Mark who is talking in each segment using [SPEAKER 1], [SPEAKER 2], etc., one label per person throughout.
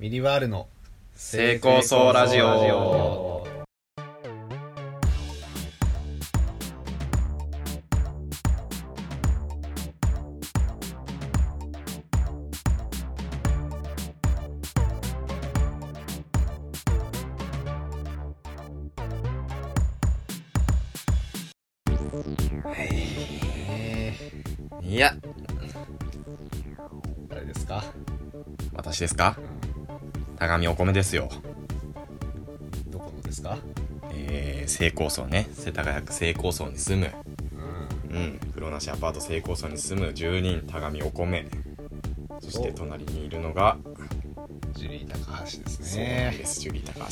[SPEAKER 1] ミリワールの
[SPEAKER 2] 成功そうラジオ。
[SPEAKER 1] え
[SPEAKER 2] いや、
[SPEAKER 1] ー、誰ですか、
[SPEAKER 2] 私ですか
[SPEAKER 1] うん、
[SPEAKER 2] 高見お米ですよ。
[SPEAKER 1] どこのですか
[SPEAKER 2] えー、成功層ね。世田谷区成功層に住む。
[SPEAKER 1] うん
[SPEAKER 2] うん。風呂なしアパート成功層に住む住人、高見お米。そして隣にいるのが、
[SPEAKER 1] ジュリー高橋です
[SPEAKER 2] そうなん
[SPEAKER 1] ね
[SPEAKER 2] です。ジュリ高橋。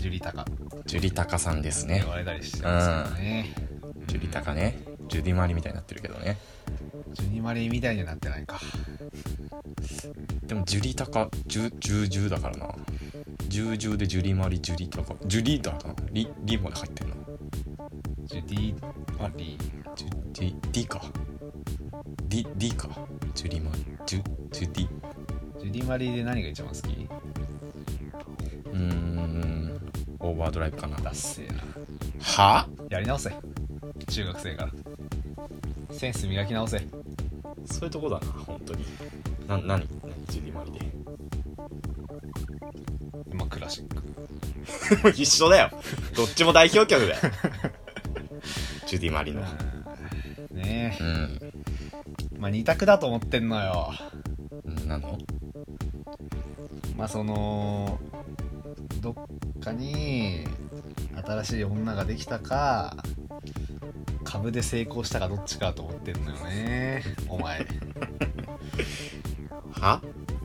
[SPEAKER 1] ジュリ高
[SPEAKER 2] ジュリ高さんです
[SPEAKER 1] 言
[SPEAKER 2] ね。
[SPEAKER 1] われたりしてますけどね
[SPEAKER 2] ジュリ高ね。ジュディマリみたいになってるけどね。
[SPEAKER 1] ジュニマリみたいにはなってないか
[SPEAKER 2] でもジュリ高、ジュ、ジュジュだからな。ジュジュでジュリマリ、ジュリ高。ジュリだかな。リ、リまで入ってるな。
[SPEAKER 1] ジュディマリ
[SPEAKER 2] ジュジュディか。ディ、ディか。ジュリマリ、ジュ、ジュディ。
[SPEAKER 1] ジュディマリで何が一番好き
[SPEAKER 2] うーん、オーバードライブかな。
[SPEAKER 1] ダッセーな
[SPEAKER 2] は
[SPEAKER 1] やり直せ中学生からセンス磨き直せ
[SPEAKER 2] そういうとこだな、本当に。な、なに、ジュディマリで。
[SPEAKER 1] まあクラシック
[SPEAKER 2] 一緒だよ。どっちも代表曲 だよ。ジュディマリの。
[SPEAKER 1] ね
[SPEAKER 2] うん。
[SPEAKER 1] えまあ二択だと思ってんのよ
[SPEAKER 2] なの
[SPEAKER 1] まあそのどっかに新しい女ができたか株で成功したかどっちかと思ってんのよねお前
[SPEAKER 2] は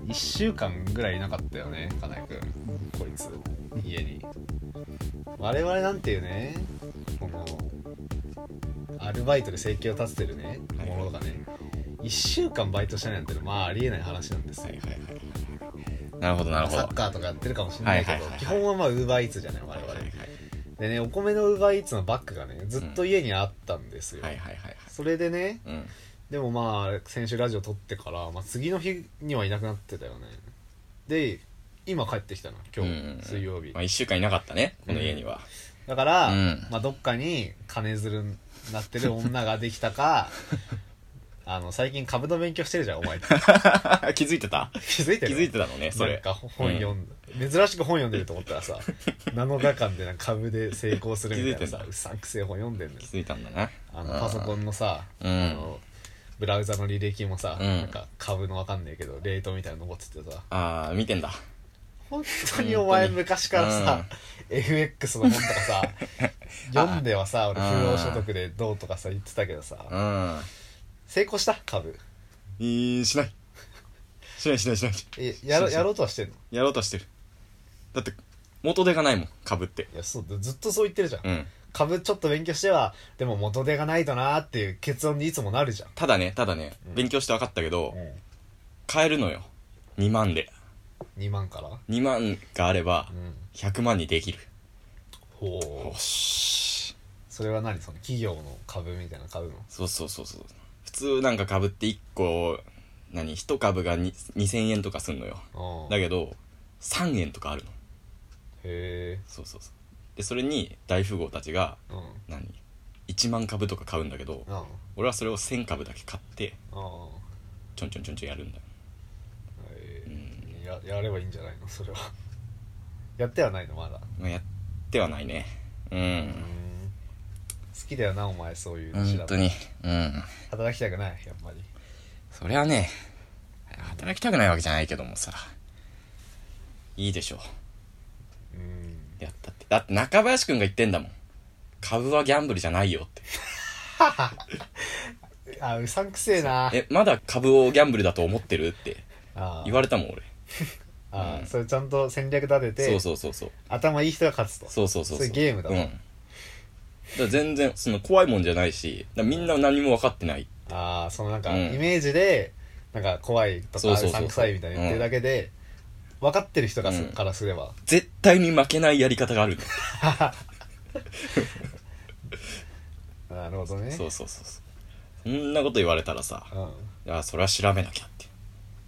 [SPEAKER 1] 1週間ぐらいいなかったよね金井君こいつ家に我々なんていうねこのアルバイトで生計を立ててるね
[SPEAKER 2] はい
[SPEAKER 1] ものがね1週間バイトしてないなんてのはまあありえない話なんです
[SPEAKER 2] は
[SPEAKER 1] よ
[SPEAKER 2] いはいはい。なるほどなるほど。
[SPEAKER 1] サッカーとかやってるかもしれないけ
[SPEAKER 2] はいは
[SPEAKER 1] ど
[SPEAKER 2] いはいはい
[SPEAKER 1] 基本はまあウーバーイーツじゃない我々、
[SPEAKER 2] はいはい
[SPEAKER 1] でねお米のウーバーイーツのバッグがねずっと家にあったんですよ、
[SPEAKER 2] はいはいはいはい。
[SPEAKER 1] それでね
[SPEAKER 2] うん。
[SPEAKER 1] でもまあ先週ラジオ撮ってから、まあ、次の日にはいなくなってたよねで今帰ってきたの今日、
[SPEAKER 2] うん
[SPEAKER 1] 水曜日
[SPEAKER 2] まあ一週間いなかったね、この家には。
[SPEAKER 1] だから、
[SPEAKER 2] うん
[SPEAKER 1] まあ、どっかに金づるになってる女ができた かあの最近株の勉強してるじゃんお前
[SPEAKER 2] 気づいてた
[SPEAKER 1] 気づいて
[SPEAKER 2] 気
[SPEAKER 1] る
[SPEAKER 2] づいてたのね、そ
[SPEAKER 1] なん
[SPEAKER 2] れ。
[SPEAKER 1] か本読んだ、珍しく本読んでると思ったら さ7日間でなんか株で成功するみたいな
[SPEAKER 2] 気づいて
[SPEAKER 1] さ
[SPEAKER 2] んだ
[SPEAKER 1] うさんくせえ本読んでんのよ
[SPEAKER 2] 気づいたんだな。
[SPEAKER 1] あのパソコンのさ、
[SPEAKER 2] うん
[SPEAKER 1] あのブラウザの履歴もさ、
[SPEAKER 2] うん
[SPEAKER 1] なんか株のわかんないけどレートみたいなの残っててさ
[SPEAKER 2] あー、見てんだ。
[SPEAKER 1] 本当にお前
[SPEAKER 2] 本当に
[SPEAKER 1] 昔からさ、FX の本とか さ読んではさ俺
[SPEAKER 2] あ
[SPEAKER 1] 不労所得でどうとかさ言ってたけどさ
[SPEAKER 2] うん。
[SPEAKER 1] 成功した株
[SPEAKER 2] えー、しない。しないしないしない。
[SPEAKER 1] えやろ
[SPEAKER 2] そうそう
[SPEAKER 1] やろうとはしてんの
[SPEAKER 2] やろうとしてる。だって、元手がないもん、株って。
[SPEAKER 1] いやそうずっとそう言ってるじゃん、
[SPEAKER 2] うん。
[SPEAKER 1] 株ちょっと勉強してはでも元手がないとなーっていう結論にいつもなるじゃん、
[SPEAKER 2] ただね、ただね、勉強して分かったけど、
[SPEAKER 1] う
[SPEAKER 2] 買えるのよ。2万で。
[SPEAKER 1] ん、2万から
[SPEAKER 2] 2万があれば
[SPEAKER 1] う、ん
[SPEAKER 2] 100万にできる。
[SPEAKER 1] ほ
[SPEAKER 2] お
[SPEAKER 1] う
[SPEAKER 2] し。
[SPEAKER 1] それは何その企業の株みたいな株の
[SPEAKER 2] そうそうそうそう。普通なんか株って1個、何、1株がに2000円とかすんのよ。
[SPEAKER 1] うん
[SPEAKER 2] だけど、3円とかあるの。
[SPEAKER 1] へえ
[SPEAKER 2] そうそうそう。で、それに大富豪たちが、
[SPEAKER 1] うん
[SPEAKER 2] 何 ?1 万株とか買うんだけど、
[SPEAKER 1] うん
[SPEAKER 2] 俺はそれを1000株だけ買って、
[SPEAKER 1] うん
[SPEAKER 2] ちょんちょんちょんちょんやるんだよ。
[SPEAKER 1] へ
[SPEAKER 2] う
[SPEAKER 1] え
[SPEAKER 2] ん。
[SPEAKER 1] ややればいいんじゃないのそ れはやってはないのまだ
[SPEAKER 2] まあ、やってはないねう
[SPEAKER 1] うん好きだよなお前そういうの
[SPEAKER 2] 本当にうん
[SPEAKER 1] 働きたくないやっぱり
[SPEAKER 2] そりゃね働きたくないわけじゃないけどもさいいでしょ
[SPEAKER 1] うん
[SPEAKER 2] やったってだって中林くんが言ってんだもん株はギャンブルじゃないよって
[SPEAKER 1] あうさんくせえな
[SPEAKER 2] えまだ株をギャンブルだと思ってるって
[SPEAKER 1] あ
[SPEAKER 2] 言われたもん俺
[SPEAKER 1] あ
[SPEAKER 2] うん
[SPEAKER 1] それちゃんと戦略立てて
[SPEAKER 2] そうそうそうそう
[SPEAKER 1] 頭いい人が勝つと
[SPEAKER 2] そうそうそう
[SPEAKER 1] それゲームだ
[SPEAKER 2] うんだから全然その怖いもんじゃないしだからみんな何も分かってない
[SPEAKER 1] ああそのなんか
[SPEAKER 2] うん
[SPEAKER 1] イメージでなんか怖いと
[SPEAKER 2] そ
[SPEAKER 1] か
[SPEAKER 2] う
[SPEAKER 1] う
[SPEAKER 2] そうそうそう
[SPEAKER 1] さんくさいみたいな言ってるだけで分かってる人がす
[SPEAKER 2] うん
[SPEAKER 1] からすれば
[SPEAKER 2] 絶対に負けないやり方があるんだって
[SPEAKER 1] なるほどね
[SPEAKER 2] そうそうそうそうそんなこと言われたらさ
[SPEAKER 1] うん
[SPEAKER 2] あそれは調べなきゃって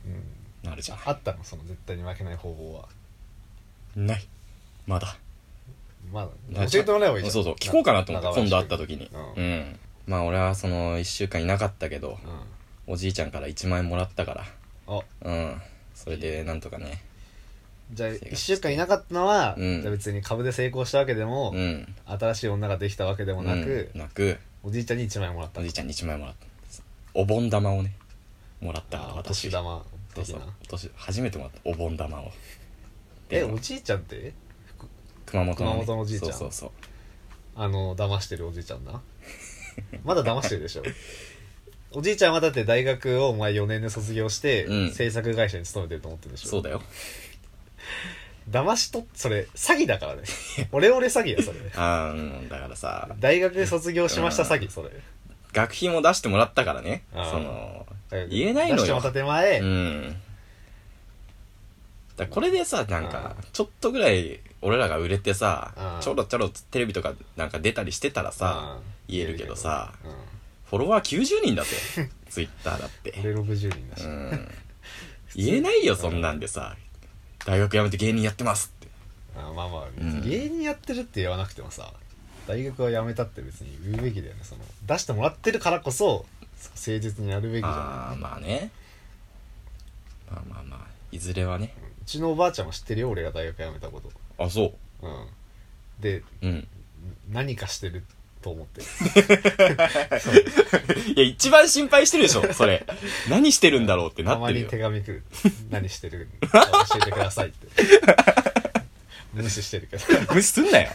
[SPEAKER 1] うん
[SPEAKER 2] なるじゃ
[SPEAKER 1] あったのその絶対に負けない方法は
[SPEAKER 2] んないまだ
[SPEAKER 1] まだ教えてもらえばいいじゃん
[SPEAKER 2] そうそう聞こうかなと思って
[SPEAKER 1] 中林
[SPEAKER 2] 今度会った時に
[SPEAKER 1] うん
[SPEAKER 2] うん、まあ俺はその1週間いなかったけどおじいちゃんから1万円もらったか
[SPEAKER 1] うんあ
[SPEAKER 2] らうんそれでなんとかね
[SPEAKER 1] じゃあ
[SPEAKER 2] 生活して
[SPEAKER 1] 1週間いなかったのは、
[SPEAKER 2] うん
[SPEAKER 1] じゃあ別に株で成功したわけでも、
[SPEAKER 2] うん
[SPEAKER 1] 新しい女ができたわけでもなく、
[SPEAKER 2] うんなく
[SPEAKER 1] おじいちゃんに1枚もらった
[SPEAKER 2] おじいちゃんに1万円もらったお盆玉をねもらったから
[SPEAKER 1] お
[SPEAKER 2] 私
[SPEAKER 1] 年玉
[SPEAKER 2] そう
[SPEAKER 1] 的
[SPEAKER 2] そう
[SPEAKER 1] な
[SPEAKER 2] お年初めてもらったお盆玉を
[SPEAKER 1] え
[SPEAKER 2] で
[SPEAKER 1] おじいちゃんって
[SPEAKER 2] 熊本の、ね、
[SPEAKER 1] 熊本のおじいちゃん
[SPEAKER 2] そうそう
[SPEAKER 1] あの騙してるおじいちゃんな まだ騙してるでしょおじいちゃんはだって大学をお前4年で卒業して、
[SPEAKER 2] うん
[SPEAKER 1] 制作会社に勤めてると思ってるでし
[SPEAKER 2] そう
[SPEAKER 1] ょ
[SPEAKER 2] そうだよ
[SPEAKER 1] 騙しとそれ詐欺だからねオレオレ詐欺やそれ
[SPEAKER 2] あーうんだからさ
[SPEAKER 1] 大学で卒業しました詐欺それ
[SPEAKER 2] 学費も出してもらったからね
[SPEAKER 1] あー
[SPEAKER 2] その言えないの
[SPEAKER 1] 出しても
[SPEAKER 2] よ
[SPEAKER 1] らった手前、
[SPEAKER 2] うんだからこれでさなんかちょっとぐらい俺らが売れてさ
[SPEAKER 1] うん
[SPEAKER 2] ちょろちょろテレビとかなんか出たりしてたらさ
[SPEAKER 1] うん
[SPEAKER 2] 言えるけどさ
[SPEAKER 1] 言える
[SPEAKER 2] フォロワー90人だぜツイッターだって
[SPEAKER 1] けどうん俺60人だし、
[SPEAKER 2] うん言えないよそんなんでさ大学辞めて芸人やってますって
[SPEAKER 1] あまあまあ、
[SPEAKER 2] うん
[SPEAKER 1] 芸人やってるって言わなくてもさ大学は辞めたって別に言うべきだよねその出してもらってるからこそ誠実にやるべきじゃ
[SPEAKER 2] ああまあねまあまあまあいずれはね
[SPEAKER 1] んうちのおばあちゃんも知ってるよ俺が大学辞めたこと
[SPEAKER 2] あそ
[SPEAKER 1] うんで
[SPEAKER 2] ううん
[SPEAKER 1] 何かしてると思ってる
[SPEAKER 2] いや一番心配してるでしょそれ何してるんだろう ってな
[SPEAKER 1] た
[SPEAKER 2] っ
[SPEAKER 1] ま
[SPEAKER 2] てる
[SPEAKER 1] に
[SPEAKER 2] よ
[SPEAKER 1] 手紙来 る何してるか教えてくださいって無視してるけど、うん、
[SPEAKER 2] 無視すんなよ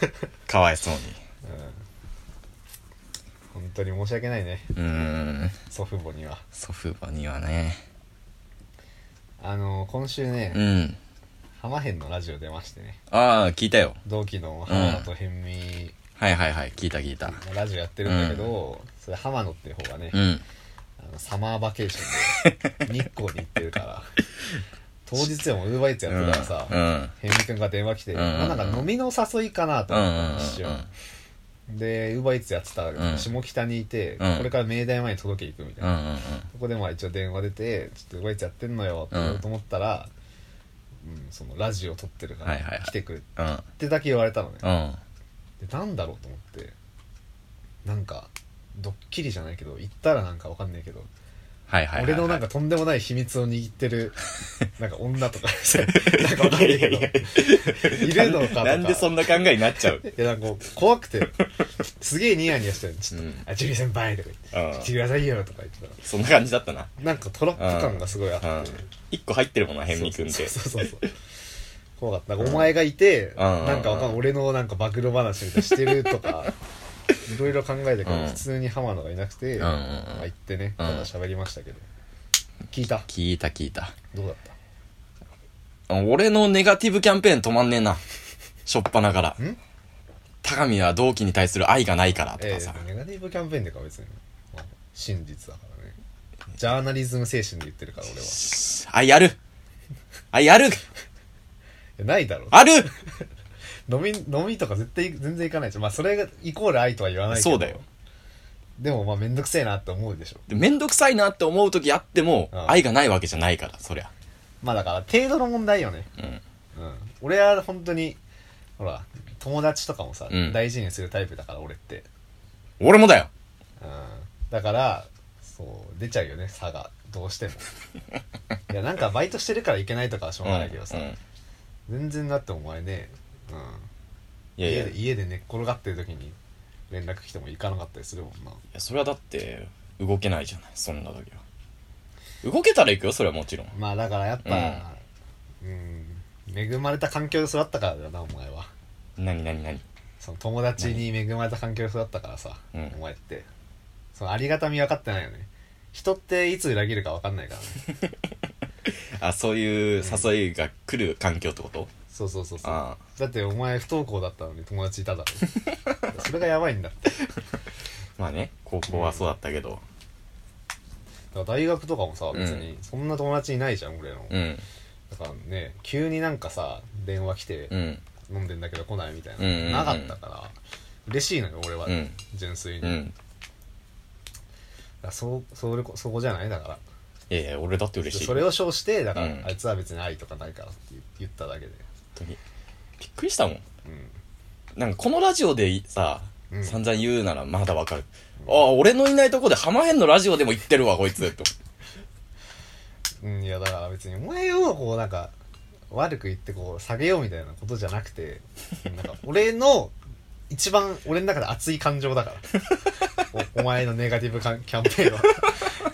[SPEAKER 2] かわいそうに
[SPEAKER 1] 本当に申し訳ないね
[SPEAKER 2] うーん
[SPEAKER 1] 祖父母には
[SPEAKER 2] 祖父母にはね
[SPEAKER 1] あの今週ね、
[SPEAKER 2] うん
[SPEAKER 1] 浜辺のラジオ出ましてね
[SPEAKER 2] ああ聞いたよ
[SPEAKER 1] 同期の浜田と辺見
[SPEAKER 2] はいはいはい聞いた聞いた
[SPEAKER 1] のラジオやってるんだけど、それ浜野っていう方がね、
[SPEAKER 2] うん
[SPEAKER 1] あのサマーバケーション で日光に行ってるから当日でもウーバーイーツやってたらさ、
[SPEAKER 2] うんうん
[SPEAKER 1] ヘンミ君が電話来て、
[SPEAKER 2] うん
[SPEAKER 1] まあなんか飲みの誘いかなと
[SPEAKER 2] うんう
[SPEAKER 1] 思っ
[SPEAKER 2] ん
[SPEAKER 1] たんですよ、でウーバーイーツやってた
[SPEAKER 2] う
[SPEAKER 1] ら
[SPEAKER 2] ん
[SPEAKER 1] 下北にいて、
[SPEAKER 2] うん
[SPEAKER 1] これから明大前に届け行くみたい
[SPEAKER 2] うんう
[SPEAKER 1] な、
[SPEAKER 2] んうん
[SPEAKER 1] そこでまあ一応電話出て「ちょっとウーバーイーツやってんのよ」って言おうと思ったら、うんそのラジオ撮ってるか
[SPEAKER 2] はいはい
[SPEAKER 1] ら
[SPEAKER 2] はい
[SPEAKER 1] 来てくれっ
[SPEAKER 2] うんうん
[SPEAKER 1] てだけ言われたのね、
[SPEAKER 2] うん
[SPEAKER 1] でなんだろうと思ってなんかドッキリじゃないけど言ったらなんかわかんないけど、
[SPEAKER 2] はいはいはいは
[SPEAKER 1] 俺
[SPEAKER 2] い
[SPEAKER 1] のなんかとんでもない秘密を握って るなんか女とかなんかわかんないい
[SPEAKER 2] や
[SPEAKER 1] けど
[SPEAKER 2] いやいや
[SPEAKER 1] いるのかとか
[SPEAKER 2] なんでそんな考えになっちゃう
[SPEAKER 1] いやなんかこう怖くてすげえニヤニヤしてるちょっと
[SPEAKER 2] う
[SPEAKER 1] 「
[SPEAKER 2] ん
[SPEAKER 1] あジュリー先輩」とか言って
[SPEAKER 2] う
[SPEAKER 1] 「
[SPEAKER 2] ん
[SPEAKER 1] 来てくださいよ」とか言ってたら
[SPEAKER 2] そんな感じだったな
[SPEAKER 1] なんかトラップ感がすごいあって
[SPEAKER 2] うん一個入ってるもんなヘンミ君って
[SPEAKER 1] そうそうそうそう怖かったなんかお前がいて、
[SPEAKER 2] ん
[SPEAKER 1] なんかわかんない俺のなんか暴露話みたいなしてると かいろいろ考えたけど、
[SPEAKER 2] うん
[SPEAKER 1] 普通に浜野がいなくて、
[SPEAKER 2] んうんうん
[SPEAKER 1] まあ行ってね
[SPEAKER 2] うん
[SPEAKER 1] ただ喋りましたけど、聞いた
[SPEAKER 2] 聞いた聞いた
[SPEAKER 1] どうだった
[SPEAKER 2] 俺のネガティブキャンペーン止まんねえな。しょっぱなから
[SPEAKER 1] ん。
[SPEAKER 2] 高見は同期に対する愛がないからと
[SPEAKER 1] え
[SPEAKER 2] かさ。
[SPEAKER 1] えネガティブキャンペーンでか別に、まあ真実だからねジャーナリズム精神で言ってるから 俺は
[SPEAKER 2] 愛ある愛ある
[SPEAKER 1] いやないだろ
[SPEAKER 2] ある
[SPEAKER 1] 飲み飲みとか絶対全然行かないじゃんまあそれがイコール愛とは言わないけど
[SPEAKER 2] そうだよ。
[SPEAKER 1] でもまあ面倒くせえなって思うでしょ
[SPEAKER 2] でめんどくさいなって思う時あっても、
[SPEAKER 1] うん
[SPEAKER 2] 愛がないわけじゃないから、そりゃ。
[SPEAKER 1] まあだから程度の問題よね
[SPEAKER 2] うん。
[SPEAKER 1] うん、俺は本当にほら友達とかもさ、
[SPEAKER 2] うん
[SPEAKER 1] 大事にするタイプだから俺って、
[SPEAKER 2] 俺もだよ
[SPEAKER 1] うん、だからそう出ちゃうよね差がどうしても いやなんかバイトしてるからいけないとかはしょうがないけどさ、
[SPEAKER 2] うんうん
[SPEAKER 1] 全然だってお前ね、うん、
[SPEAKER 2] いやい
[SPEAKER 1] 家
[SPEAKER 2] や
[SPEAKER 1] で
[SPEAKER 2] い
[SPEAKER 1] 家で寝っ転がってる時に連絡来ても行かなかったりするもんな
[SPEAKER 2] や、それはだって、動けないじゃない、そんな時は。動けたら行くよ、それはもちろん。
[SPEAKER 1] まあだからやっぱ、うん恵まれた環境で育ったからだよなお前は
[SPEAKER 2] なになになに
[SPEAKER 1] その友達に恵まれた環境で育ったからさ、
[SPEAKER 2] うん
[SPEAKER 1] お前ってそのありがたみ分かってないよね人っていつ裏切るか分かんない からね
[SPEAKER 2] あ、そういう誘いが来る環境ってこと
[SPEAKER 1] そうそうそうそう
[SPEAKER 2] あ
[SPEAKER 1] だってお前不登校だったのに友達いただろ それがやばいんだってだか
[SPEAKER 2] あ。まあね、高校はそうだったけど。
[SPEAKER 1] ら大学とかもさ
[SPEAKER 2] ん
[SPEAKER 1] 別にそんな友達いないじゃん俺の、
[SPEAKER 2] うん。
[SPEAKER 1] だからね急になんかさ電話来て
[SPEAKER 2] うん。
[SPEAKER 1] 飲んでんだけど来ないみたい
[SPEAKER 2] うんうんうん
[SPEAKER 1] ななかったから嬉しいのよ俺は、
[SPEAKER 2] うん
[SPEAKER 1] 純粋に、
[SPEAKER 2] う
[SPEAKER 1] だか
[SPEAKER 2] ん。
[SPEAKER 1] らそうそれこそこじゃないだから
[SPEAKER 2] いいやいや俺だって嬉しい
[SPEAKER 1] それを称してだから、
[SPEAKER 2] うん
[SPEAKER 1] あいつは別に愛とかないからって言っただけで
[SPEAKER 2] 本当にびっくりしたもん
[SPEAKER 1] うん
[SPEAKER 2] なんかこのラジオでさ、
[SPEAKER 1] うん
[SPEAKER 2] 散々言うならまだわかる、ああ俺のいないとこで浜辺のラジオでも言ってるわこいつと
[SPEAKER 1] うん、いやだから別にお前をこうなんか悪く言ってこう下げようみたいなことじゃなくてなん か俺の一番俺の中で熱い感情だから おお前のネガティブカンキャンペーンは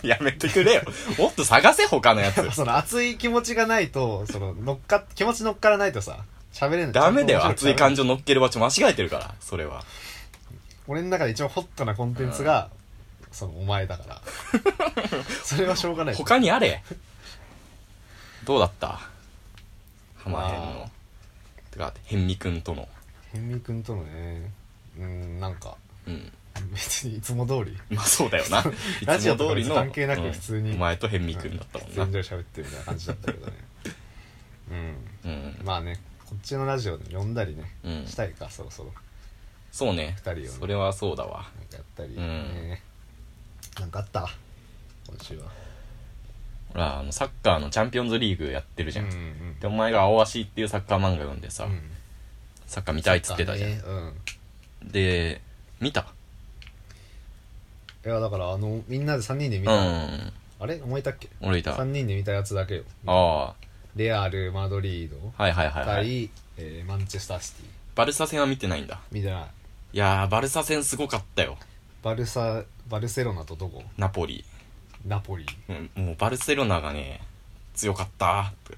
[SPEAKER 2] やめてくれよもっと探せ他のやつ
[SPEAKER 1] その熱い気持ちがないとその乗っか気持ち乗っからないとさ喋れない
[SPEAKER 2] ダメだよ
[SPEAKER 1] ちゃんと
[SPEAKER 2] 熱
[SPEAKER 1] 面白
[SPEAKER 2] い
[SPEAKER 1] く喋れ
[SPEAKER 2] 感情乗っける場所間違えてるからそれは
[SPEAKER 1] 俺の中で一番ホットなコンテンツが、そのお前だから それはしょうがない
[SPEAKER 2] 他にあれどうだった浜辺
[SPEAKER 1] ま
[SPEAKER 2] のてか辺見君との
[SPEAKER 1] 辺見君とのねうんなんか
[SPEAKER 2] うん
[SPEAKER 1] 別にいつも通り
[SPEAKER 2] まあそうだよな
[SPEAKER 1] ラジオ
[SPEAKER 2] いつも
[SPEAKER 1] とか別に関係なく
[SPEAKER 2] うん
[SPEAKER 1] 普通に
[SPEAKER 2] お前と辺見君だったもんな、
[SPEAKER 1] 全然喋ってるみたいな感じだったけど ねう
[SPEAKER 2] うん
[SPEAKER 1] んまあねこっちのラジオで呼んだりね、
[SPEAKER 2] うん
[SPEAKER 1] したいかそろそろ
[SPEAKER 2] そうね
[SPEAKER 1] 二人をね
[SPEAKER 2] それはそうだわ
[SPEAKER 1] なんかやったり
[SPEAKER 2] うん
[SPEAKER 1] ね、なんかあった今週は
[SPEAKER 2] ほらあのサッカーのチャンピオンズリーグやってるじゃん、
[SPEAKER 1] ん
[SPEAKER 2] でお前が「青足」っていうサッカー漫画読んでさ、
[SPEAKER 1] うん
[SPEAKER 2] サッカー見たいっつってたじゃん、
[SPEAKER 1] なんかねうん
[SPEAKER 2] で見た
[SPEAKER 1] いやだからあのみんなで3人で見
[SPEAKER 2] う
[SPEAKER 1] た、
[SPEAKER 2] ん
[SPEAKER 1] あれ思いたっけ
[SPEAKER 2] 俺いた
[SPEAKER 1] 3
[SPEAKER 2] あ
[SPEAKER 1] 人で見たやつだけよ
[SPEAKER 2] あ
[SPEAKER 1] レアル・マドリード
[SPEAKER 2] はいはいはい、
[SPEAKER 1] 対、
[SPEAKER 2] はい、
[SPEAKER 1] えーマンチェスターシティ
[SPEAKER 2] バルサ戦は見てないんだ
[SPEAKER 1] みたいない
[SPEAKER 2] やーバルサ戦すごかったよ
[SPEAKER 1] バルサバルセロナとどこ
[SPEAKER 2] ナポリ、
[SPEAKER 1] ナポリ
[SPEAKER 2] うん、もうバルセロナがね強かったって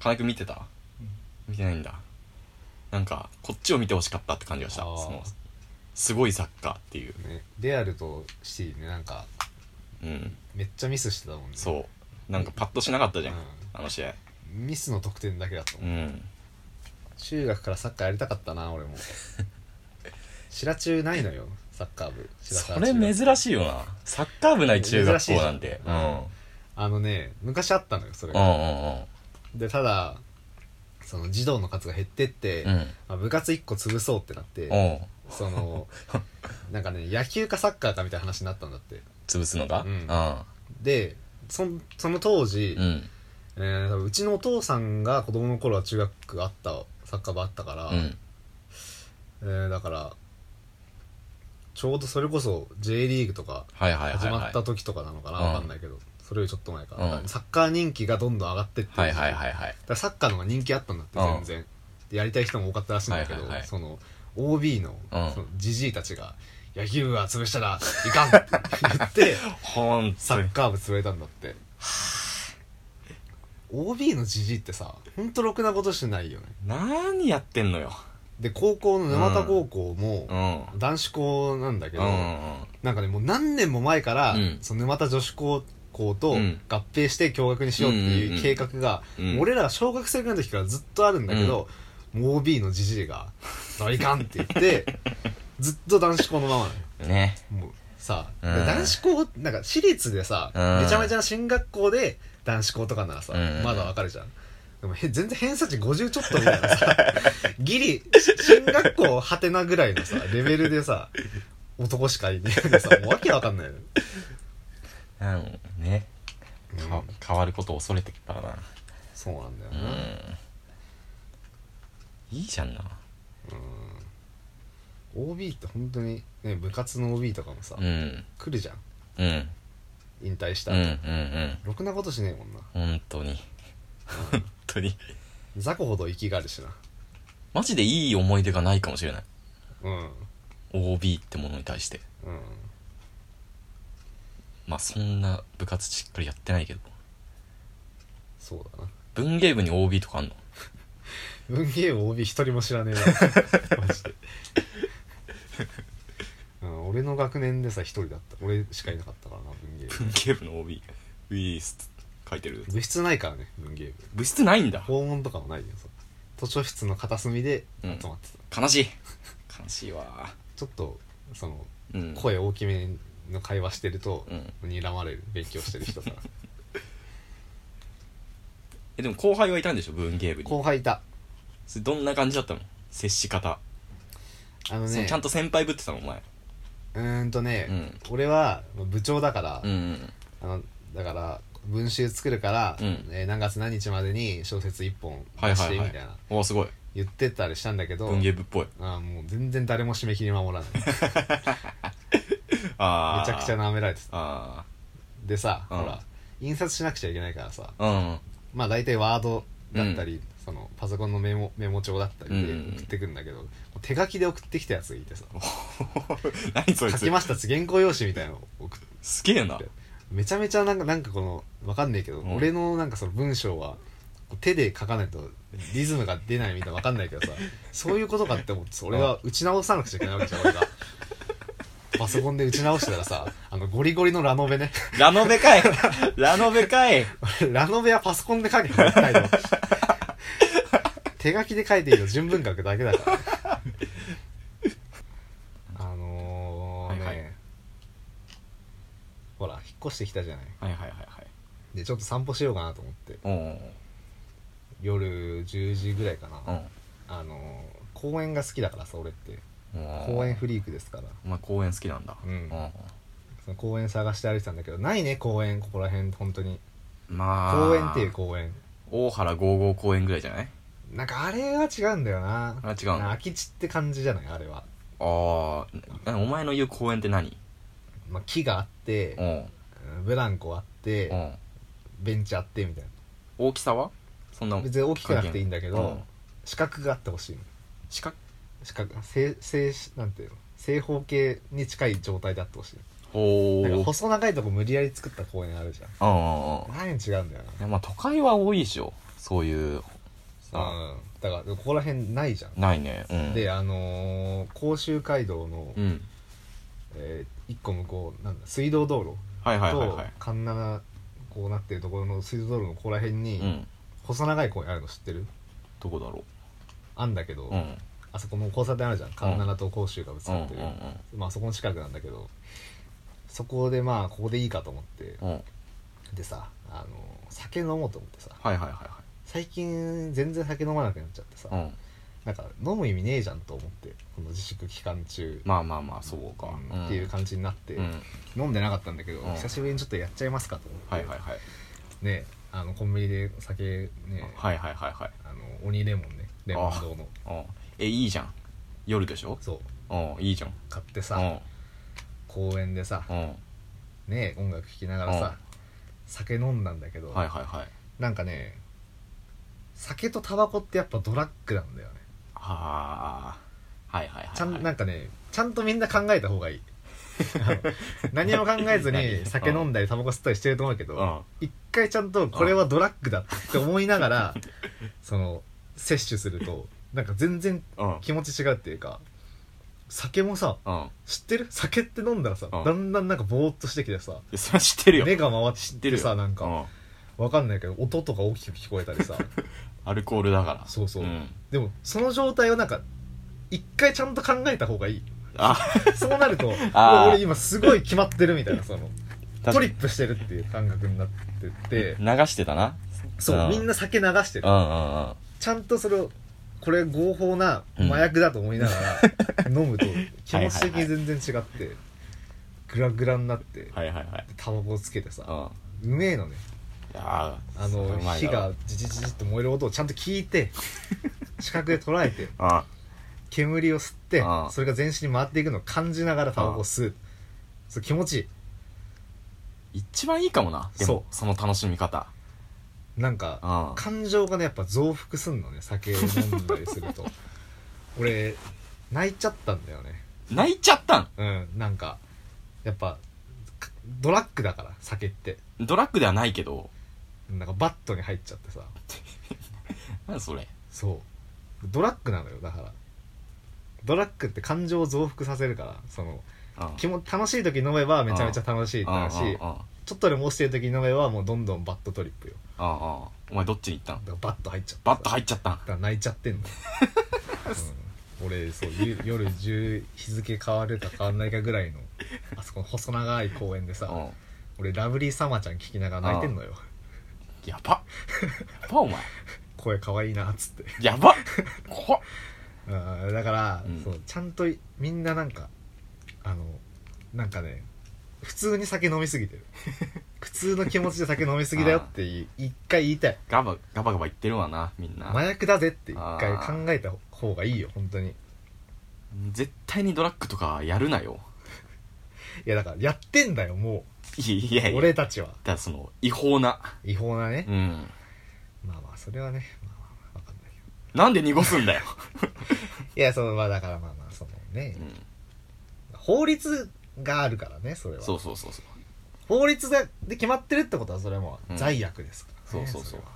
[SPEAKER 2] 金井君見てた、見てないんだなんかこっちを見てほしかったって感じがした
[SPEAKER 1] あー
[SPEAKER 2] そのすごいサッカーっていう
[SPEAKER 1] ねレアルとシティねなんか
[SPEAKER 2] うん
[SPEAKER 1] めっちゃミスしてたもんね
[SPEAKER 2] そうなんかパッとしなかったじゃん、
[SPEAKER 1] うん
[SPEAKER 2] あの試合
[SPEAKER 1] ミスの得点だけだと
[SPEAKER 2] う
[SPEAKER 1] 思うん中学からサッカーやりたかったな俺 も白中ないのよサッカー部
[SPEAKER 2] それ珍しいよなサッカー部ない中学校なんて
[SPEAKER 1] 珍しい
[SPEAKER 2] うん
[SPEAKER 1] じゃんあのね昔あったのよそれ
[SPEAKER 2] う
[SPEAKER 1] が
[SPEAKER 2] んうん
[SPEAKER 1] でただその児童の数が減ってって、
[SPEAKER 2] うん
[SPEAKER 1] まあ、部活1個潰そうってなって
[SPEAKER 2] うんおう
[SPEAKER 1] そのなんかね野球かサッカーかみたいな話になったんだって
[SPEAKER 2] 潰すのが
[SPEAKER 1] う
[SPEAKER 2] うんん
[SPEAKER 1] でそんその当時、
[SPEAKER 2] うん
[SPEAKER 1] えー多分うちのお父さんが子供の頃は中学あったサッカー部あったから、
[SPEAKER 2] うん
[SPEAKER 1] えーだからちょうどそれこそ J リーグとか
[SPEAKER 2] はいはいは
[SPEAKER 1] 始
[SPEAKER 2] い
[SPEAKER 1] ま
[SPEAKER 2] は
[SPEAKER 1] っ
[SPEAKER 2] い
[SPEAKER 1] た時とかなのかな、
[SPEAKER 2] うん
[SPEAKER 1] わかんないけどそれよりちょっと前から、
[SPEAKER 2] うん
[SPEAKER 1] サッカー人気がどんどん上がってって
[SPEAKER 2] はいはい
[SPEAKER 1] だか
[SPEAKER 2] はいはい
[SPEAKER 1] らサッカーの方が人気あったんだって
[SPEAKER 2] うん
[SPEAKER 1] 全然、でやりたい人も多かったらしいんだけど、
[SPEAKER 2] はいはいはい
[SPEAKER 1] その OB の
[SPEAKER 2] うん
[SPEAKER 1] そのじじいたちが「野球部は潰したらいかん!」って言って
[SPEAKER 2] ほん
[SPEAKER 1] サ
[SPEAKER 2] とに
[SPEAKER 1] ッカー部潰れたんだって OB のじじいってさほんとろくなことしないよね
[SPEAKER 2] 何やってんのよ
[SPEAKER 1] で高校の沼田高校も、
[SPEAKER 2] うん
[SPEAKER 1] 男子校なんだけ
[SPEAKER 2] う
[SPEAKER 1] ど、
[SPEAKER 2] んうん
[SPEAKER 1] なんかねもう何年も前から、
[SPEAKER 2] うん
[SPEAKER 1] その沼田女子高校と
[SPEAKER 2] う
[SPEAKER 1] 合
[SPEAKER 2] ん
[SPEAKER 1] 併して共学にしようって
[SPEAKER 2] うんうん
[SPEAKER 1] いううん計画が、
[SPEAKER 2] うん
[SPEAKER 1] もう俺らが小学生ぐらいの時からずっとあるんだけど、もう OB のじじいが「それいかん!」って言って ずっと男子校のままな
[SPEAKER 2] うんね
[SPEAKER 1] のよもうさ、
[SPEAKER 2] うん
[SPEAKER 1] 男子校なんか私立でさ、
[SPEAKER 2] うん
[SPEAKER 1] めちゃめちゃな進学校で男子校とかならさ、
[SPEAKER 2] うん
[SPEAKER 1] まだわかるじゃんでもへ全然偏差値50ちょっとみたいなさ ギリ進学校はてなぐらいのさレベルでさ男しかいないでさもうわけわかんないよね
[SPEAKER 2] うんね
[SPEAKER 1] う
[SPEAKER 2] か
[SPEAKER 1] ん
[SPEAKER 2] 変わることを恐れてるからな
[SPEAKER 1] そうなんだよ
[SPEAKER 2] う
[SPEAKER 1] な、
[SPEAKER 2] んいいじゃんな
[SPEAKER 1] OB って本当にね部活の OB とかもさ、
[SPEAKER 2] うん
[SPEAKER 1] 来るじゃん
[SPEAKER 2] うん
[SPEAKER 1] 引退した
[SPEAKER 2] うんう
[SPEAKER 1] 後、
[SPEAKER 2] んうん
[SPEAKER 1] ろくなことしねえもんな
[SPEAKER 2] 本当に本当に
[SPEAKER 1] 雑魚ほど息があるしな
[SPEAKER 2] マジでいい思い出がないかもしれない
[SPEAKER 1] うん
[SPEAKER 2] OB ってものに対して
[SPEAKER 1] うん
[SPEAKER 2] まあそんな部活しっかりやってないけど
[SPEAKER 1] そうだな
[SPEAKER 2] 文芸部に OB とかあんの
[SPEAKER 1] 文芸部 OB 一人も知 らねえなマジで、うん、俺の学年でさ一人だった俺しかいなかったからな文芸 部
[SPEAKER 2] 文芸部の OB ウィース書いてる
[SPEAKER 1] 部室ないからね文芸部
[SPEAKER 2] 部室ないんだ
[SPEAKER 1] 訪問とかもないよそう図書室の片隅で集まってた、
[SPEAKER 2] 悲しい悲しいわ
[SPEAKER 1] ちょっとその
[SPEAKER 2] うん
[SPEAKER 1] 声大きめの会話してると、
[SPEAKER 2] うん
[SPEAKER 1] 睨まれる勉強してる人から
[SPEAKER 2] えでも後輩はいたんでしょ文芸部に
[SPEAKER 1] 後輩いた
[SPEAKER 2] それどんな感じだったの接し方、
[SPEAKER 1] あの
[SPEAKER 2] その
[SPEAKER 1] ね
[SPEAKER 2] ちゃんと先輩ぶってたのお前
[SPEAKER 1] うーんとね、
[SPEAKER 2] うん
[SPEAKER 1] 俺はまあ部長だから、
[SPEAKER 2] うん
[SPEAKER 1] あのだから文集作るから、
[SPEAKER 2] うん
[SPEAKER 1] えー何月何日までに小説1本
[SPEAKER 2] はい
[SPEAKER 1] 出し
[SPEAKER 2] は
[SPEAKER 1] てみ
[SPEAKER 2] い
[SPEAKER 1] た
[SPEAKER 2] はい
[SPEAKER 1] いな、
[SPEAKER 2] おおすごい
[SPEAKER 1] 言ってたりしたんだけど
[SPEAKER 2] 文芸部っぽい
[SPEAKER 1] あーもう全然誰も締め切り守らないめ
[SPEAKER 2] ああ
[SPEAKER 1] ちゃくちゃ
[SPEAKER 2] な
[SPEAKER 1] 舐められてた
[SPEAKER 2] あ
[SPEAKER 1] でさ、
[SPEAKER 2] うん
[SPEAKER 1] ほら印刷しなくちゃいけないからさ
[SPEAKER 2] あ
[SPEAKER 1] まあ大体ワードだったり、そのパソコンのメモメモ帳だったりで
[SPEAKER 2] うん
[SPEAKER 1] 送ってくんだけど、手書きで送ってきたやつがいてさ
[SPEAKER 2] うん 何そい
[SPEAKER 1] 書
[SPEAKER 2] つ
[SPEAKER 1] きましたっつ原稿用紙みたいなのを送って
[SPEAKER 2] すげえな
[SPEAKER 1] めちゃめちゃなんかなんかこのわかんないけど、
[SPEAKER 2] うん
[SPEAKER 1] 俺のなんかその文章はこう手で書かないとリズムが出ないみたいなわかんないけどさそういうことかって思ってさ俺は打ち直さなくちゃいけないわけじゃん俺がパソコンで打ち直したらさあのゴリゴリのラノベね
[SPEAKER 2] ラノベかいラノベかい
[SPEAKER 1] 俺ラノベはパソコンで書けばいいの手書きで書いていいの純文学だけだから あのーね、
[SPEAKER 2] はいはい
[SPEAKER 1] ほら引っ越してきたじゃない
[SPEAKER 2] はいはいはいはい
[SPEAKER 1] でちょっと散歩しようかなと思って
[SPEAKER 2] お
[SPEAKER 1] 夜10時ぐらいかな、
[SPEAKER 2] おうん
[SPEAKER 1] あのー公園が好きだからさ俺って
[SPEAKER 2] うん
[SPEAKER 1] 公園フリークですから
[SPEAKER 2] お前公園好きなんだ
[SPEAKER 1] うん
[SPEAKER 2] うん
[SPEAKER 1] その公園探して歩いてたんだけどないね公園ここら辺本当に
[SPEAKER 2] まあ
[SPEAKER 1] 公園っていう公園
[SPEAKER 2] 大原55公園ぐらいじゃない
[SPEAKER 1] なんかあれは違うんだよな
[SPEAKER 2] あ違うの
[SPEAKER 1] な空き地って感じじゃないあれは、
[SPEAKER 2] ああお前の言う公園って何
[SPEAKER 1] まあ、木があって
[SPEAKER 2] うんうん
[SPEAKER 1] ブランコあってベンチあってみたい
[SPEAKER 2] 大きさはそんな
[SPEAKER 1] な別に大きくなくていいんだけ
[SPEAKER 2] う
[SPEAKER 1] ど
[SPEAKER 2] ん
[SPEAKER 1] 四角があってほしいの
[SPEAKER 2] 四角
[SPEAKER 1] 四角正正なんていうの正方形に近い状態であってほしい
[SPEAKER 2] ほ
[SPEAKER 1] なんか
[SPEAKER 2] ー
[SPEAKER 1] 細長いとこ無理やり作った公園あるじゃん
[SPEAKER 2] うんうんうん
[SPEAKER 1] 何違うんだよな
[SPEAKER 2] でもまあ都会は多いでしょそういうさ
[SPEAKER 1] うんだからここら辺ないじゃん、
[SPEAKER 2] ないねうん
[SPEAKER 1] であのー甲州街道の、
[SPEAKER 2] うん
[SPEAKER 1] え1個向こうなんだ水道道路
[SPEAKER 2] はいはいはい
[SPEAKER 1] と
[SPEAKER 2] はい
[SPEAKER 1] 環七こうなってるところの水道道路のここら辺
[SPEAKER 2] う
[SPEAKER 1] に
[SPEAKER 2] ん
[SPEAKER 1] 細長い公園あるの知ってる
[SPEAKER 2] どこだろ
[SPEAKER 1] あんだけど、
[SPEAKER 2] ううん
[SPEAKER 1] あそこの交差点あるじゃん環七と甲州がぶつ
[SPEAKER 2] うん
[SPEAKER 1] かってる、まあそこの近くなんだけどそこでまあここでいいかと思って
[SPEAKER 2] うんうんうん
[SPEAKER 1] でさ、あのー酒飲もうと思ってさ
[SPEAKER 2] はいはいはいは
[SPEAKER 1] 最近全然酒飲まなくなっちゃってさ、
[SPEAKER 2] いうん
[SPEAKER 1] なんか飲む意味ねえじゃんと思ってこの自粛期間中、
[SPEAKER 2] まあまあまあそうか
[SPEAKER 1] うんっていう感じになって、
[SPEAKER 2] うん
[SPEAKER 1] 飲んでなかったんだけど、
[SPEAKER 2] うん
[SPEAKER 1] 久しぶりにちょっとやっちゃいますかと思って、
[SPEAKER 2] はいはいはい
[SPEAKER 1] ねあのコンビニで酒ね、
[SPEAKER 2] はいはいはいはい
[SPEAKER 1] あの鬼レモンねレモン堂の
[SPEAKER 2] うんえいいじゃん夜でしょ
[SPEAKER 1] そう
[SPEAKER 2] うんいいじゃん
[SPEAKER 1] 買って
[SPEAKER 2] う
[SPEAKER 1] さ、公園でさ、
[SPEAKER 2] んうん
[SPEAKER 1] ね音楽聴きながらさ、酒飲んだんだけど、
[SPEAKER 2] はいはいはい
[SPEAKER 1] なんかね酒とタバコってやっぱドラッグなんだよね
[SPEAKER 2] ああはいはいはいはい
[SPEAKER 1] ちゃんなんかねちゃんとみんな考えた方がいい あの何も考えずに
[SPEAKER 2] 何
[SPEAKER 1] 酒飲んだりタバコ吸ったりしてると思うけど、
[SPEAKER 2] うん
[SPEAKER 1] 一回ちゃんとこれはドラッグだって思いながらその摂取するとなんか全然
[SPEAKER 2] うん
[SPEAKER 1] 気持ち違うっていうか酒もさ
[SPEAKER 2] うん
[SPEAKER 1] 知ってる酒って飲んだらさ、
[SPEAKER 2] うん
[SPEAKER 1] だんだんなんかぼーっとしてきてさ
[SPEAKER 2] いやそれは知ってるよ
[SPEAKER 1] 目が回っ
[SPEAKER 2] 知って
[SPEAKER 1] て
[SPEAKER 2] る
[SPEAKER 1] さ
[SPEAKER 2] よ
[SPEAKER 1] なん
[SPEAKER 2] う
[SPEAKER 1] か
[SPEAKER 2] ん
[SPEAKER 1] わかんないけど音とか大きく聞こえたりさ
[SPEAKER 2] アルコールだから
[SPEAKER 1] そうそう
[SPEAKER 2] うん
[SPEAKER 1] でもその状態をなんか一回ちゃんと考えた方がいい
[SPEAKER 2] あ
[SPEAKER 1] そうなるとう
[SPEAKER 2] あー
[SPEAKER 1] わ俺今すごい決まってるみたいなそのトリ
[SPEAKER 2] 確
[SPEAKER 1] ップしてるっていう感覚になってて
[SPEAKER 2] かに流してたな
[SPEAKER 1] そう
[SPEAKER 2] うん
[SPEAKER 1] みんな酒流して
[SPEAKER 2] う
[SPEAKER 1] る
[SPEAKER 2] んうんうん
[SPEAKER 1] ちゃんとそれをこれ合法な麻薬だと思いなが ら飲むと気持ち的に全然違ってグラグラになって
[SPEAKER 2] はいはいはい
[SPEAKER 1] タバコをつけて
[SPEAKER 2] うん
[SPEAKER 1] さうめえのね
[SPEAKER 2] いやー
[SPEAKER 1] あ
[SPEAKER 2] それ
[SPEAKER 1] の
[SPEAKER 2] うまい
[SPEAKER 1] 火
[SPEAKER 2] だろ
[SPEAKER 1] がジジジジって燃える音をちゃんと聞い て視覚で捉えて
[SPEAKER 2] うん
[SPEAKER 1] 煙を吸って
[SPEAKER 2] ああ
[SPEAKER 1] それが全身に回っていくのを感じながらタバコを吸うそれ気持ちいい
[SPEAKER 2] 一番いいかもなでもその楽しみ方
[SPEAKER 1] なんか
[SPEAKER 2] うん
[SPEAKER 1] 感情がねやっぱ増幅すんのね酒飲んだりす ると俺泣いちゃったんだよね
[SPEAKER 2] 泣いちゃったん
[SPEAKER 1] うんなんかやっぱかドラッグだから酒って
[SPEAKER 2] ドラッグではないけど
[SPEAKER 1] なんかバットに入っちゃってさ
[SPEAKER 2] 何それ
[SPEAKER 1] そうドラッグなのよだからドラッグって感情を増幅させるからその
[SPEAKER 2] うん
[SPEAKER 1] 気も楽しい時に飲めばめちゃめちゃ楽しいってなる
[SPEAKER 2] うんうん
[SPEAKER 1] し
[SPEAKER 2] うんうん
[SPEAKER 1] ちょっとでも落ちてる時に飲めばもうどんどんバットトリップよ
[SPEAKER 2] うんお前どっちに行ったん
[SPEAKER 1] だからバット入っちゃって
[SPEAKER 2] バッと
[SPEAKER 1] っ
[SPEAKER 2] 入っちゃったん
[SPEAKER 1] だから泣いちゃってんのよ、うん、俺そうゆ夜10日付変わるか変わんないかぐらいのあそこの細長い公園でさ、
[SPEAKER 2] うん
[SPEAKER 1] 俺ラブリーサマちゃん聞きながら泣いてんのよ
[SPEAKER 2] やばやばお前
[SPEAKER 1] 声可愛いなっつって
[SPEAKER 2] やば怖っ
[SPEAKER 1] うんだから、
[SPEAKER 2] うん
[SPEAKER 1] そうちゃんとみんななんかあのなんかね普通に酒飲みすぎて る普通の気持ちで酒飲みすぎだよっていう一回言いたい
[SPEAKER 2] ガバガバガバ言ってるわなみん
[SPEAKER 1] 麻
[SPEAKER 2] な
[SPEAKER 1] 薬だぜって一回
[SPEAKER 2] あー
[SPEAKER 1] 考えた方がいいよ本当にい
[SPEAKER 2] 絶対にドラッグとかやるなよ
[SPEAKER 1] やだからやってんだよも
[SPEAKER 2] いやいうや
[SPEAKER 1] 俺たちは
[SPEAKER 2] だからその違法な
[SPEAKER 1] 違法なね
[SPEAKER 2] うん
[SPEAKER 1] まあまあそれはねまあまあまあわかんないけど
[SPEAKER 2] なんで濁すんだよ、
[SPEAKER 1] いやそのまあだからまあまあそのね
[SPEAKER 2] うん、
[SPEAKER 1] 法律があるからねそれは
[SPEAKER 2] そうそうそうそう
[SPEAKER 1] 法律で決まってるってことはそれはもう罪悪ですから、ね
[SPEAKER 2] うんそうそうそう
[SPEAKER 1] れは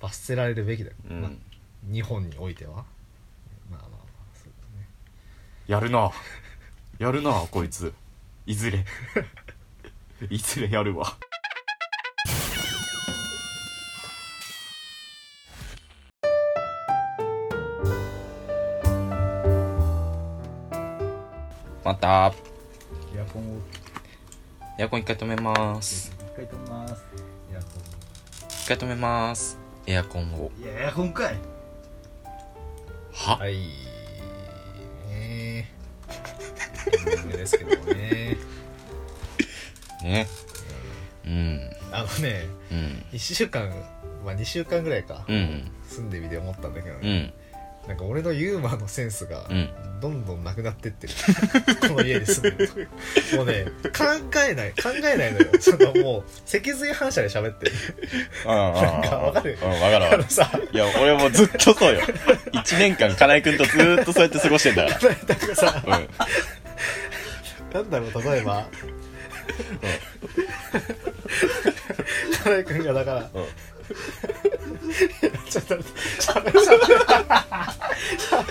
[SPEAKER 1] 罰せられるべきだよ、
[SPEAKER 2] うん
[SPEAKER 1] まあ、日本においてはまあまあまあそうだね
[SPEAKER 2] やるなやるなこいついずれいずれやるわまた
[SPEAKER 1] エアコンを
[SPEAKER 2] エアコン一回止めます
[SPEAKER 1] 一回止めますエアコ
[SPEAKER 2] 一回止めますエアコンを
[SPEAKER 1] ンいやエアコンかい
[SPEAKER 2] は、
[SPEAKER 1] はいね えですけどもね
[SPEAKER 2] ねうん
[SPEAKER 1] あのね
[SPEAKER 2] うん
[SPEAKER 1] 1週間まあ2週間ぐらいか、
[SPEAKER 2] うん
[SPEAKER 1] 住んでみて思ったんだけど
[SPEAKER 2] う
[SPEAKER 1] ね、
[SPEAKER 2] ん
[SPEAKER 1] なんか俺のユーモアのセンスが、
[SPEAKER 2] うん
[SPEAKER 1] どんどんなくなってってる この家に住むともうね考えない考えないのよそのもう脊髄反射で喋ってる
[SPEAKER 2] なん
[SPEAKER 1] かわかる
[SPEAKER 2] うん、わかるわ
[SPEAKER 1] あ
[SPEAKER 2] か
[SPEAKER 1] の
[SPEAKER 2] る
[SPEAKER 1] さ
[SPEAKER 2] いや、俺もずっとそうよ。一年間、金井くんとずーっとそうやって過ごしてんだか
[SPEAKER 1] なんかさ
[SPEAKER 2] ら。うん。
[SPEAKER 1] なんだろう例えば金井君がだから
[SPEAKER 2] うん
[SPEAKER 1] ちょっと待ってしゃべしゃ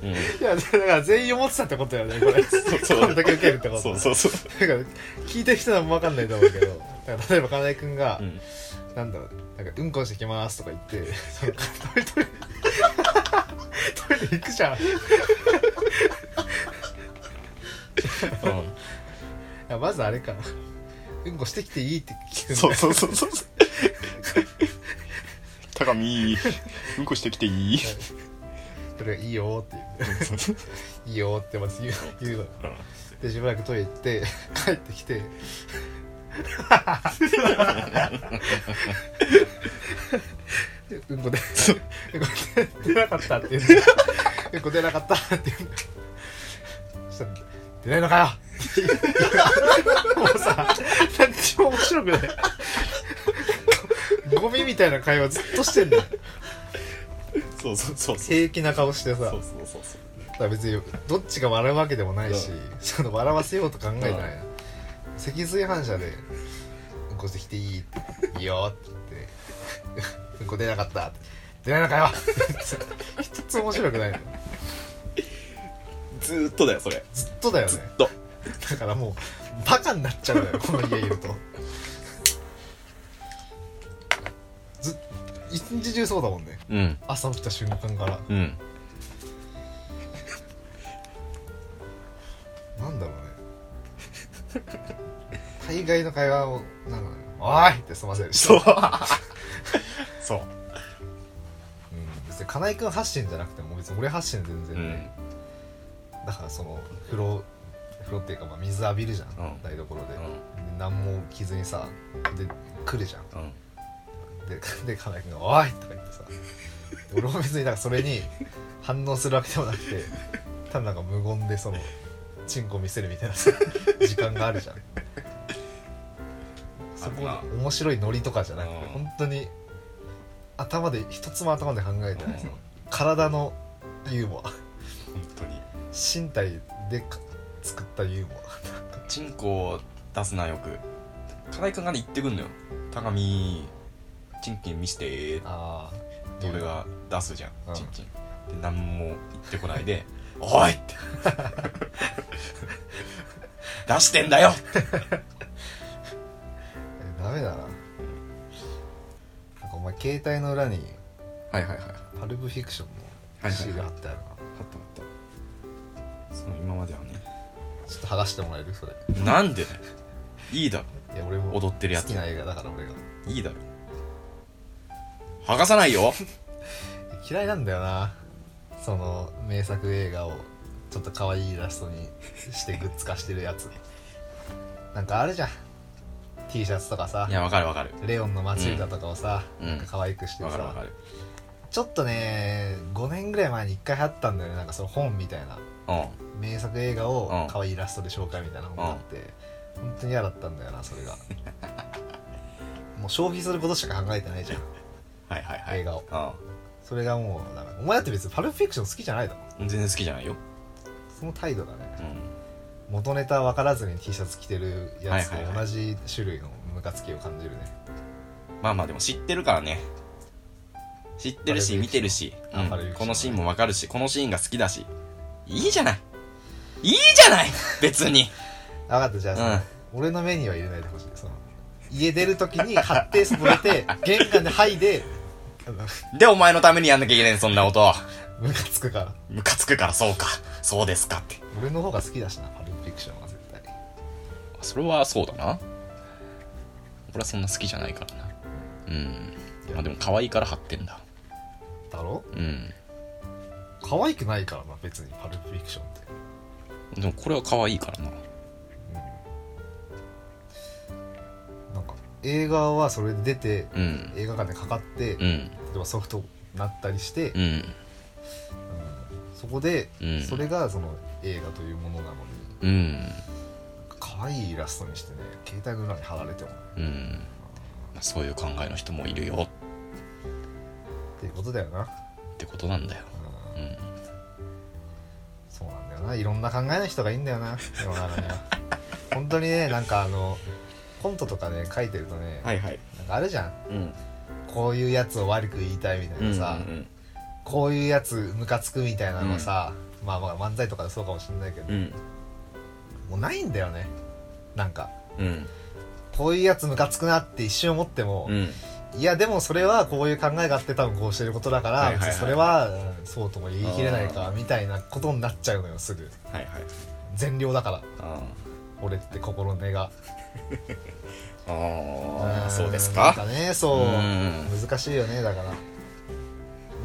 [SPEAKER 1] べ
[SPEAKER 2] うん。
[SPEAKER 1] いやだから全員思ってたってことだよねこれ
[SPEAKER 2] そうそう
[SPEAKER 1] こんだけ受けるってこと
[SPEAKER 2] そうそうそう。
[SPEAKER 1] だから聞いてる人はもう分かんないと思うけどだから例えば金井君が、
[SPEAKER 2] うん。
[SPEAKER 1] なんだろうなんかうんこしてきますとか言 ってそのトイレトイレトイレ行くじゃんいやまずあれかなうんこしてきていいって聞くんだよ
[SPEAKER 2] そうそうそうそう。高見、うんこしてきていい
[SPEAKER 1] それがいいよって言ういいよってまず言う言うの
[SPEAKER 2] うん
[SPEAKER 1] でしばらくトイレ行って帰ってきてでうんこでうんこ出なかったって言うんだようんこ出なかったって言うんだよそしたら出ないのかよもうさ何にも面白くないゴミみたいな会話ずっとしてんだよ
[SPEAKER 2] そうそうそうそう。
[SPEAKER 1] 平気な顔してさ
[SPEAKER 2] そうそうそうそう。
[SPEAKER 1] だから別にどっちが笑うわけでもないし、
[SPEAKER 2] うん
[SPEAKER 1] その笑わせようと考えてない、
[SPEAKER 2] うん
[SPEAKER 1] 脊髄反射で「うんこしてきていい?」って「いいよ」って言って「うん こ出なかった」って「出ないのかよ」って一つ面白くないの
[SPEAKER 2] ずーっとだよ、それ。
[SPEAKER 1] ずっとだよね
[SPEAKER 2] と。
[SPEAKER 1] だからもうバカになっちゃうのよこの家いるとずっ一日中そうだもんね
[SPEAKER 2] うん。
[SPEAKER 1] 朝起きた瞬間から
[SPEAKER 2] うん。
[SPEAKER 1] なんだろうね大概の会話をなんかね「おい!」って済ませるし
[SPEAKER 2] そう。そう。
[SPEAKER 1] うん、別に金井君発信じゃなくても別に俺発信で全
[SPEAKER 2] う
[SPEAKER 1] 然
[SPEAKER 2] ん
[SPEAKER 1] ね、。だからその風呂風呂っていうかまあ水浴びるじゃん、
[SPEAKER 2] うん
[SPEAKER 1] 台所で,で、
[SPEAKER 2] うん
[SPEAKER 1] 何も着ずにさで来るじゃん
[SPEAKER 2] うん。
[SPEAKER 1] でで金井君が「おい!」とか言ってさで俺も別になんかそれに反応するわけでもなくてただなんか無言でそのチンコ見せるみたいなさ時間があるじゃんそこ
[SPEAKER 2] あ
[SPEAKER 1] 面白いノリとかじゃなくて
[SPEAKER 2] うん
[SPEAKER 1] 本当に頭で一つも頭で考えてないその
[SPEAKER 2] うん
[SPEAKER 1] 体のユーモア
[SPEAKER 2] 本当に。
[SPEAKER 1] 身体でか作ったユーモ
[SPEAKER 2] チンコを出すなよく金井君がね言ってくんのよ高見チンキン見せてーっ
[SPEAKER 1] アあ
[SPEAKER 2] て俺が出すじゃん、
[SPEAKER 1] うん
[SPEAKER 2] チンキンで何も言ってこないで 「おい!」って出してんだよ
[SPEAKER 1] ダメだななんかお前携帯の裏に
[SPEAKER 2] はいはいはいは
[SPEAKER 1] パルプフィクションのシール貼ってあるな、
[SPEAKER 2] ったはったその今まではね
[SPEAKER 1] ちょっと剥がしてもらえるそれ
[SPEAKER 2] なんでだよいいだろ
[SPEAKER 1] いや俺も
[SPEAKER 2] 踊ってるやつ
[SPEAKER 1] 好きな映画だから俺が
[SPEAKER 2] いいだろ剥がさない よ
[SPEAKER 1] 嫌いなんだよなその名作映画をちょっと可愛いイラストにしてグッズ化してるやつなんかあるじゃん T シャツとかさ
[SPEAKER 2] いやわかるわかる
[SPEAKER 1] レオンの松浦とかをさ、
[SPEAKER 2] うん
[SPEAKER 1] なんか可愛くして
[SPEAKER 2] わかるわか
[SPEAKER 1] さ
[SPEAKER 2] る
[SPEAKER 1] ちょっとね5年ぐらい前に1回流行ったんだよねなんかその本みたいな
[SPEAKER 2] う
[SPEAKER 1] 名作映画
[SPEAKER 2] う
[SPEAKER 1] を
[SPEAKER 2] ん
[SPEAKER 1] 可愛いイラストで紹介みたいな本があって、本当に嫌だったんだよなそれが もう消費することしか考えてないじゃん
[SPEAKER 2] ん はいはいはい
[SPEAKER 1] 映画を
[SPEAKER 2] う
[SPEAKER 1] それがもうダメお前だって別にパルプフィクション好きじゃないだろ
[SPEAKER 2] ん全然好きじゃないよ
[SPEAKER 1] その態度だね
[SPEAKER 2] うん
[SPEAKER 1] 元ネタ分からずに T シャツ着てるやつと
[SPEAKER 2] はいはいは
[SPEAKER 1] 同じ種類のムカつきを感じるね、
[SPEAKER 2] まあまあでも知ってるからね知ってるし見てるし、
[SPEAKER 1] あ
[SPEAKER 2] うん
[SPEAKER 1] バレるし
[SPEAKER 2] このシーンもわかるしこのシーンが好きだしいいじゃないいいじゃない別に
[SPEAKER 1] 分かったじゃあその、俺の目には入れないでほしいその家出る時に買ってそれ て玄関で剥いで あの
[SPEAKER 2] でお前のためにやんなきゃいけないそんなこと
[SPEAKER 1] ムカつくから
[SPEAKER 2] ムカつくからそうかそうですかって
[SPEAKER 1] 俺の方が好きだしなパルプフィクションは絶対
[SPEAKER 2] それはそうだな俺はそんな好きじゃないからなうんまあでも可愛いから貼ってんだ
[SPEAKER 1] だろ
[SPEAKER 2] うん
[SPEAKER 1] 可愛くないからな別にパルプフィクションって、
[SPEAKER 2] でもこれは可愛いからな
[SPEAKER 1] うん、なんか映画はそれで出て
[SPEAKER 2] うん
[SPEAKER 1] 映画館でかかって、
[SPEAKER 2] う
[SPEAKER 1] 例
[SPEAKER 2] ん
[SPEAKER 1] えばソフトになったりして、
[SPEAKER 2] うん
[SPEAKER 1] うんそこで、
[SPEAKER 2] うん
[SPEAKER 1] それがその映画というものなのに
[SPEAKER 2] うん
[SPEAKER 1] 可愛いイラストにしてね携帯の裏に貼られても
[SPEAKER 2] うんまあそういう考えの人もいるよ
[SPEAKER 1] っていうことだよな、
[SPEAKER 2] ってことなんだよ
[SPEAKER 1] うん
[SPEAKER 2] うん
[SPEAKER 1] そうなんだよないろんな考えの人がいいんだよな世の中に は本当にねなんかあのコントとかね書いてるとね、
[SPEAKER 2] いはい
[SPEAKER 1] なんかあるじゃん
[SPEAKER 2] うん
[SPEAKER 1] こういうやつを悪く言いたいみたいなさ、
[SPEAKER 2] うん
[SPEAKER 1] こういうやつムカつくみたいなのさ、まあまあ漫才とかでそうかもしれないけど、
[SPEAKER 2] うん
[SPEAKER 1] もうないんだよねなんか
[SPEAKER 2] うん
[SPEAKER 1] こういうやつムカつくなって一瞬思っても、
[SPEAKER 2] うん
[SPEAKER 1] いやでもそれはこういう考えがあって多分こうしてることだから、
[SPEAKER 2] はいはいはい
[SPEAKER 1] 別にそれはうんそうとも言い切れないかみたいなことになっちゃうのよすぐ
[SPEAKER 2] はいはい
[SPEAKER 1] 善良だから
[SPEAKER 2] あ
[SPEAKER 1] 俺って心の根が
[SPEAKER 2] あ
[SPEAKER 1] ん
[SPEAKER 2] そうです
[SPEAKER 1] なん
[SPEAKER 2] か
[SPEAKER 1] かねそう
[SPEAKER 2] うん
[SPEAKER 1] 難しいよねだから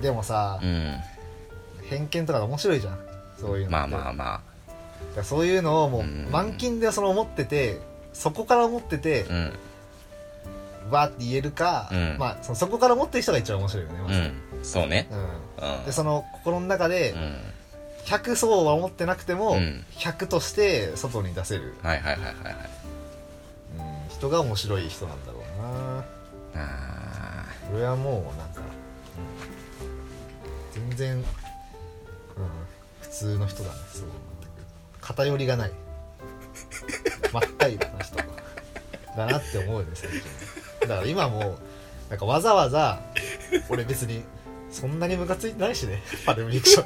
[SPEAKER 1] でもさ、
[SPEAKER 2] うん
[SPEAKER 1] 偏見とか面白いじゃんそういうの
[SPEAKER 2] まあま
[SPEAKER 1] あ
[SPEAKER 2] あま
[SPEAKER 1] そういうのをもう
[SPEAKER 2] うん
[SPEAKER 1] 満金でその思っててそこから思ってて
[SPEAKER 2] あうん
[SPEAKER 1] バーって言えるか、
[SPEAKER 2] うん
[SPEAKER 1] まあそのそこから思ってる人が一番面白いよねまず
[SPEAKER 2] うんそうねう
[SPEAKER 1] うん
[SPEAKER 2] ん
[SPEAKER 1] でその心の中で、
[SPEAKER 2] うん
[SPEAKER 1] 100層は持ってなくても、
[SPEAKER 2] うん
[SPEAKER 1] 100として外に出せる、
[SPEAKER 2] はいはいはいはいはい
[SPEAKER 1] うん、人が面白い人なんだろうな
[SPEAKER 2] あー
[SPEAKER 1] 俺はもうなんか、うん、全然、うん、普通の人だねそう偏りがない真っ平らな人だなって思うよね最近だから今もうなんかわざわざ俺別にそんなにムカついてないしねパルミリク ション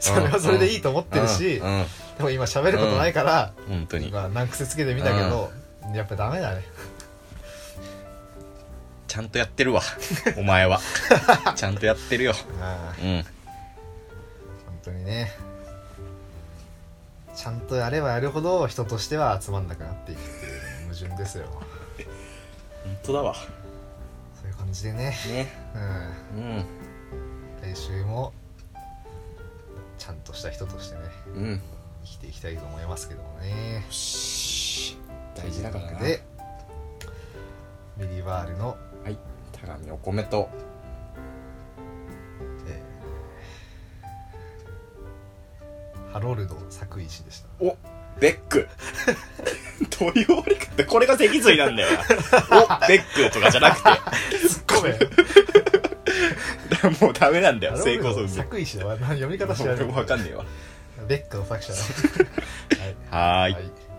[SPEAKER 1] それはそれでいいと思ってるし、
[SPEAKER 2] うんうん
[SPEAKER 1] でも今喋ることないから、
[SPEAKER 2] 本当に
[SPEAKER 1] まあ難癖つけてみたけど、やっぱダメだね
[SPEAKER 2] ちゃんとやってるわお前 はちゃんとやってるよ
[SPEAKER 1] ああ
[SPEAKER 2] う
[SPEAKER 1] 本
[SPEAKER 2] ん
[SPEAKER 1] 当にねちゃんとやればやるほど人としては集まんなくなっていくっていう矛盾ですよ
[SPEAKER 2] 本当だわ
[SPEAKER 1] そういう感じでね、
[SPEAKER 2] ね
[SPEAKER 1] うん、
[SPEAKER 2] うん
[SPEAKER 1] 来週もちゃんとした人としてね
[SPEAKER 2] うん
[SPEAKER 1] 生きていきたいと思いますけどもね
[SPEAKER 2] 大事だからな
[SPEAKER 1] でミリバールの、
[SPEAKER 2] はいたがみお米と
[SPEAKER 1] えーハロルド作石でした
[SPEAKER 2] おベック どういう終わり方これが脊髄なんだよ なおベックとかじゃなくて
[SPEAKER 1] ご めん
[SPEAKER 2] だからもうダメなんだよ成
[SPEAKER 1] 成
[SPEAKER 2] 功
[SPEAKER 1] 功
[SPEAKER 2] する
[SPEAKER 1] 作石 だわ読み方知ら
[SPEAKER 2] も
[SPEAKER 1] な
[SPEAKER 2] う
[SPEAKER 1] い
[SPEAKER 2] わかんねえわ
[SPEAKER 1] ベックの作者だはい
[SPEAKER 2] はーい
[SPEAKER 1] はい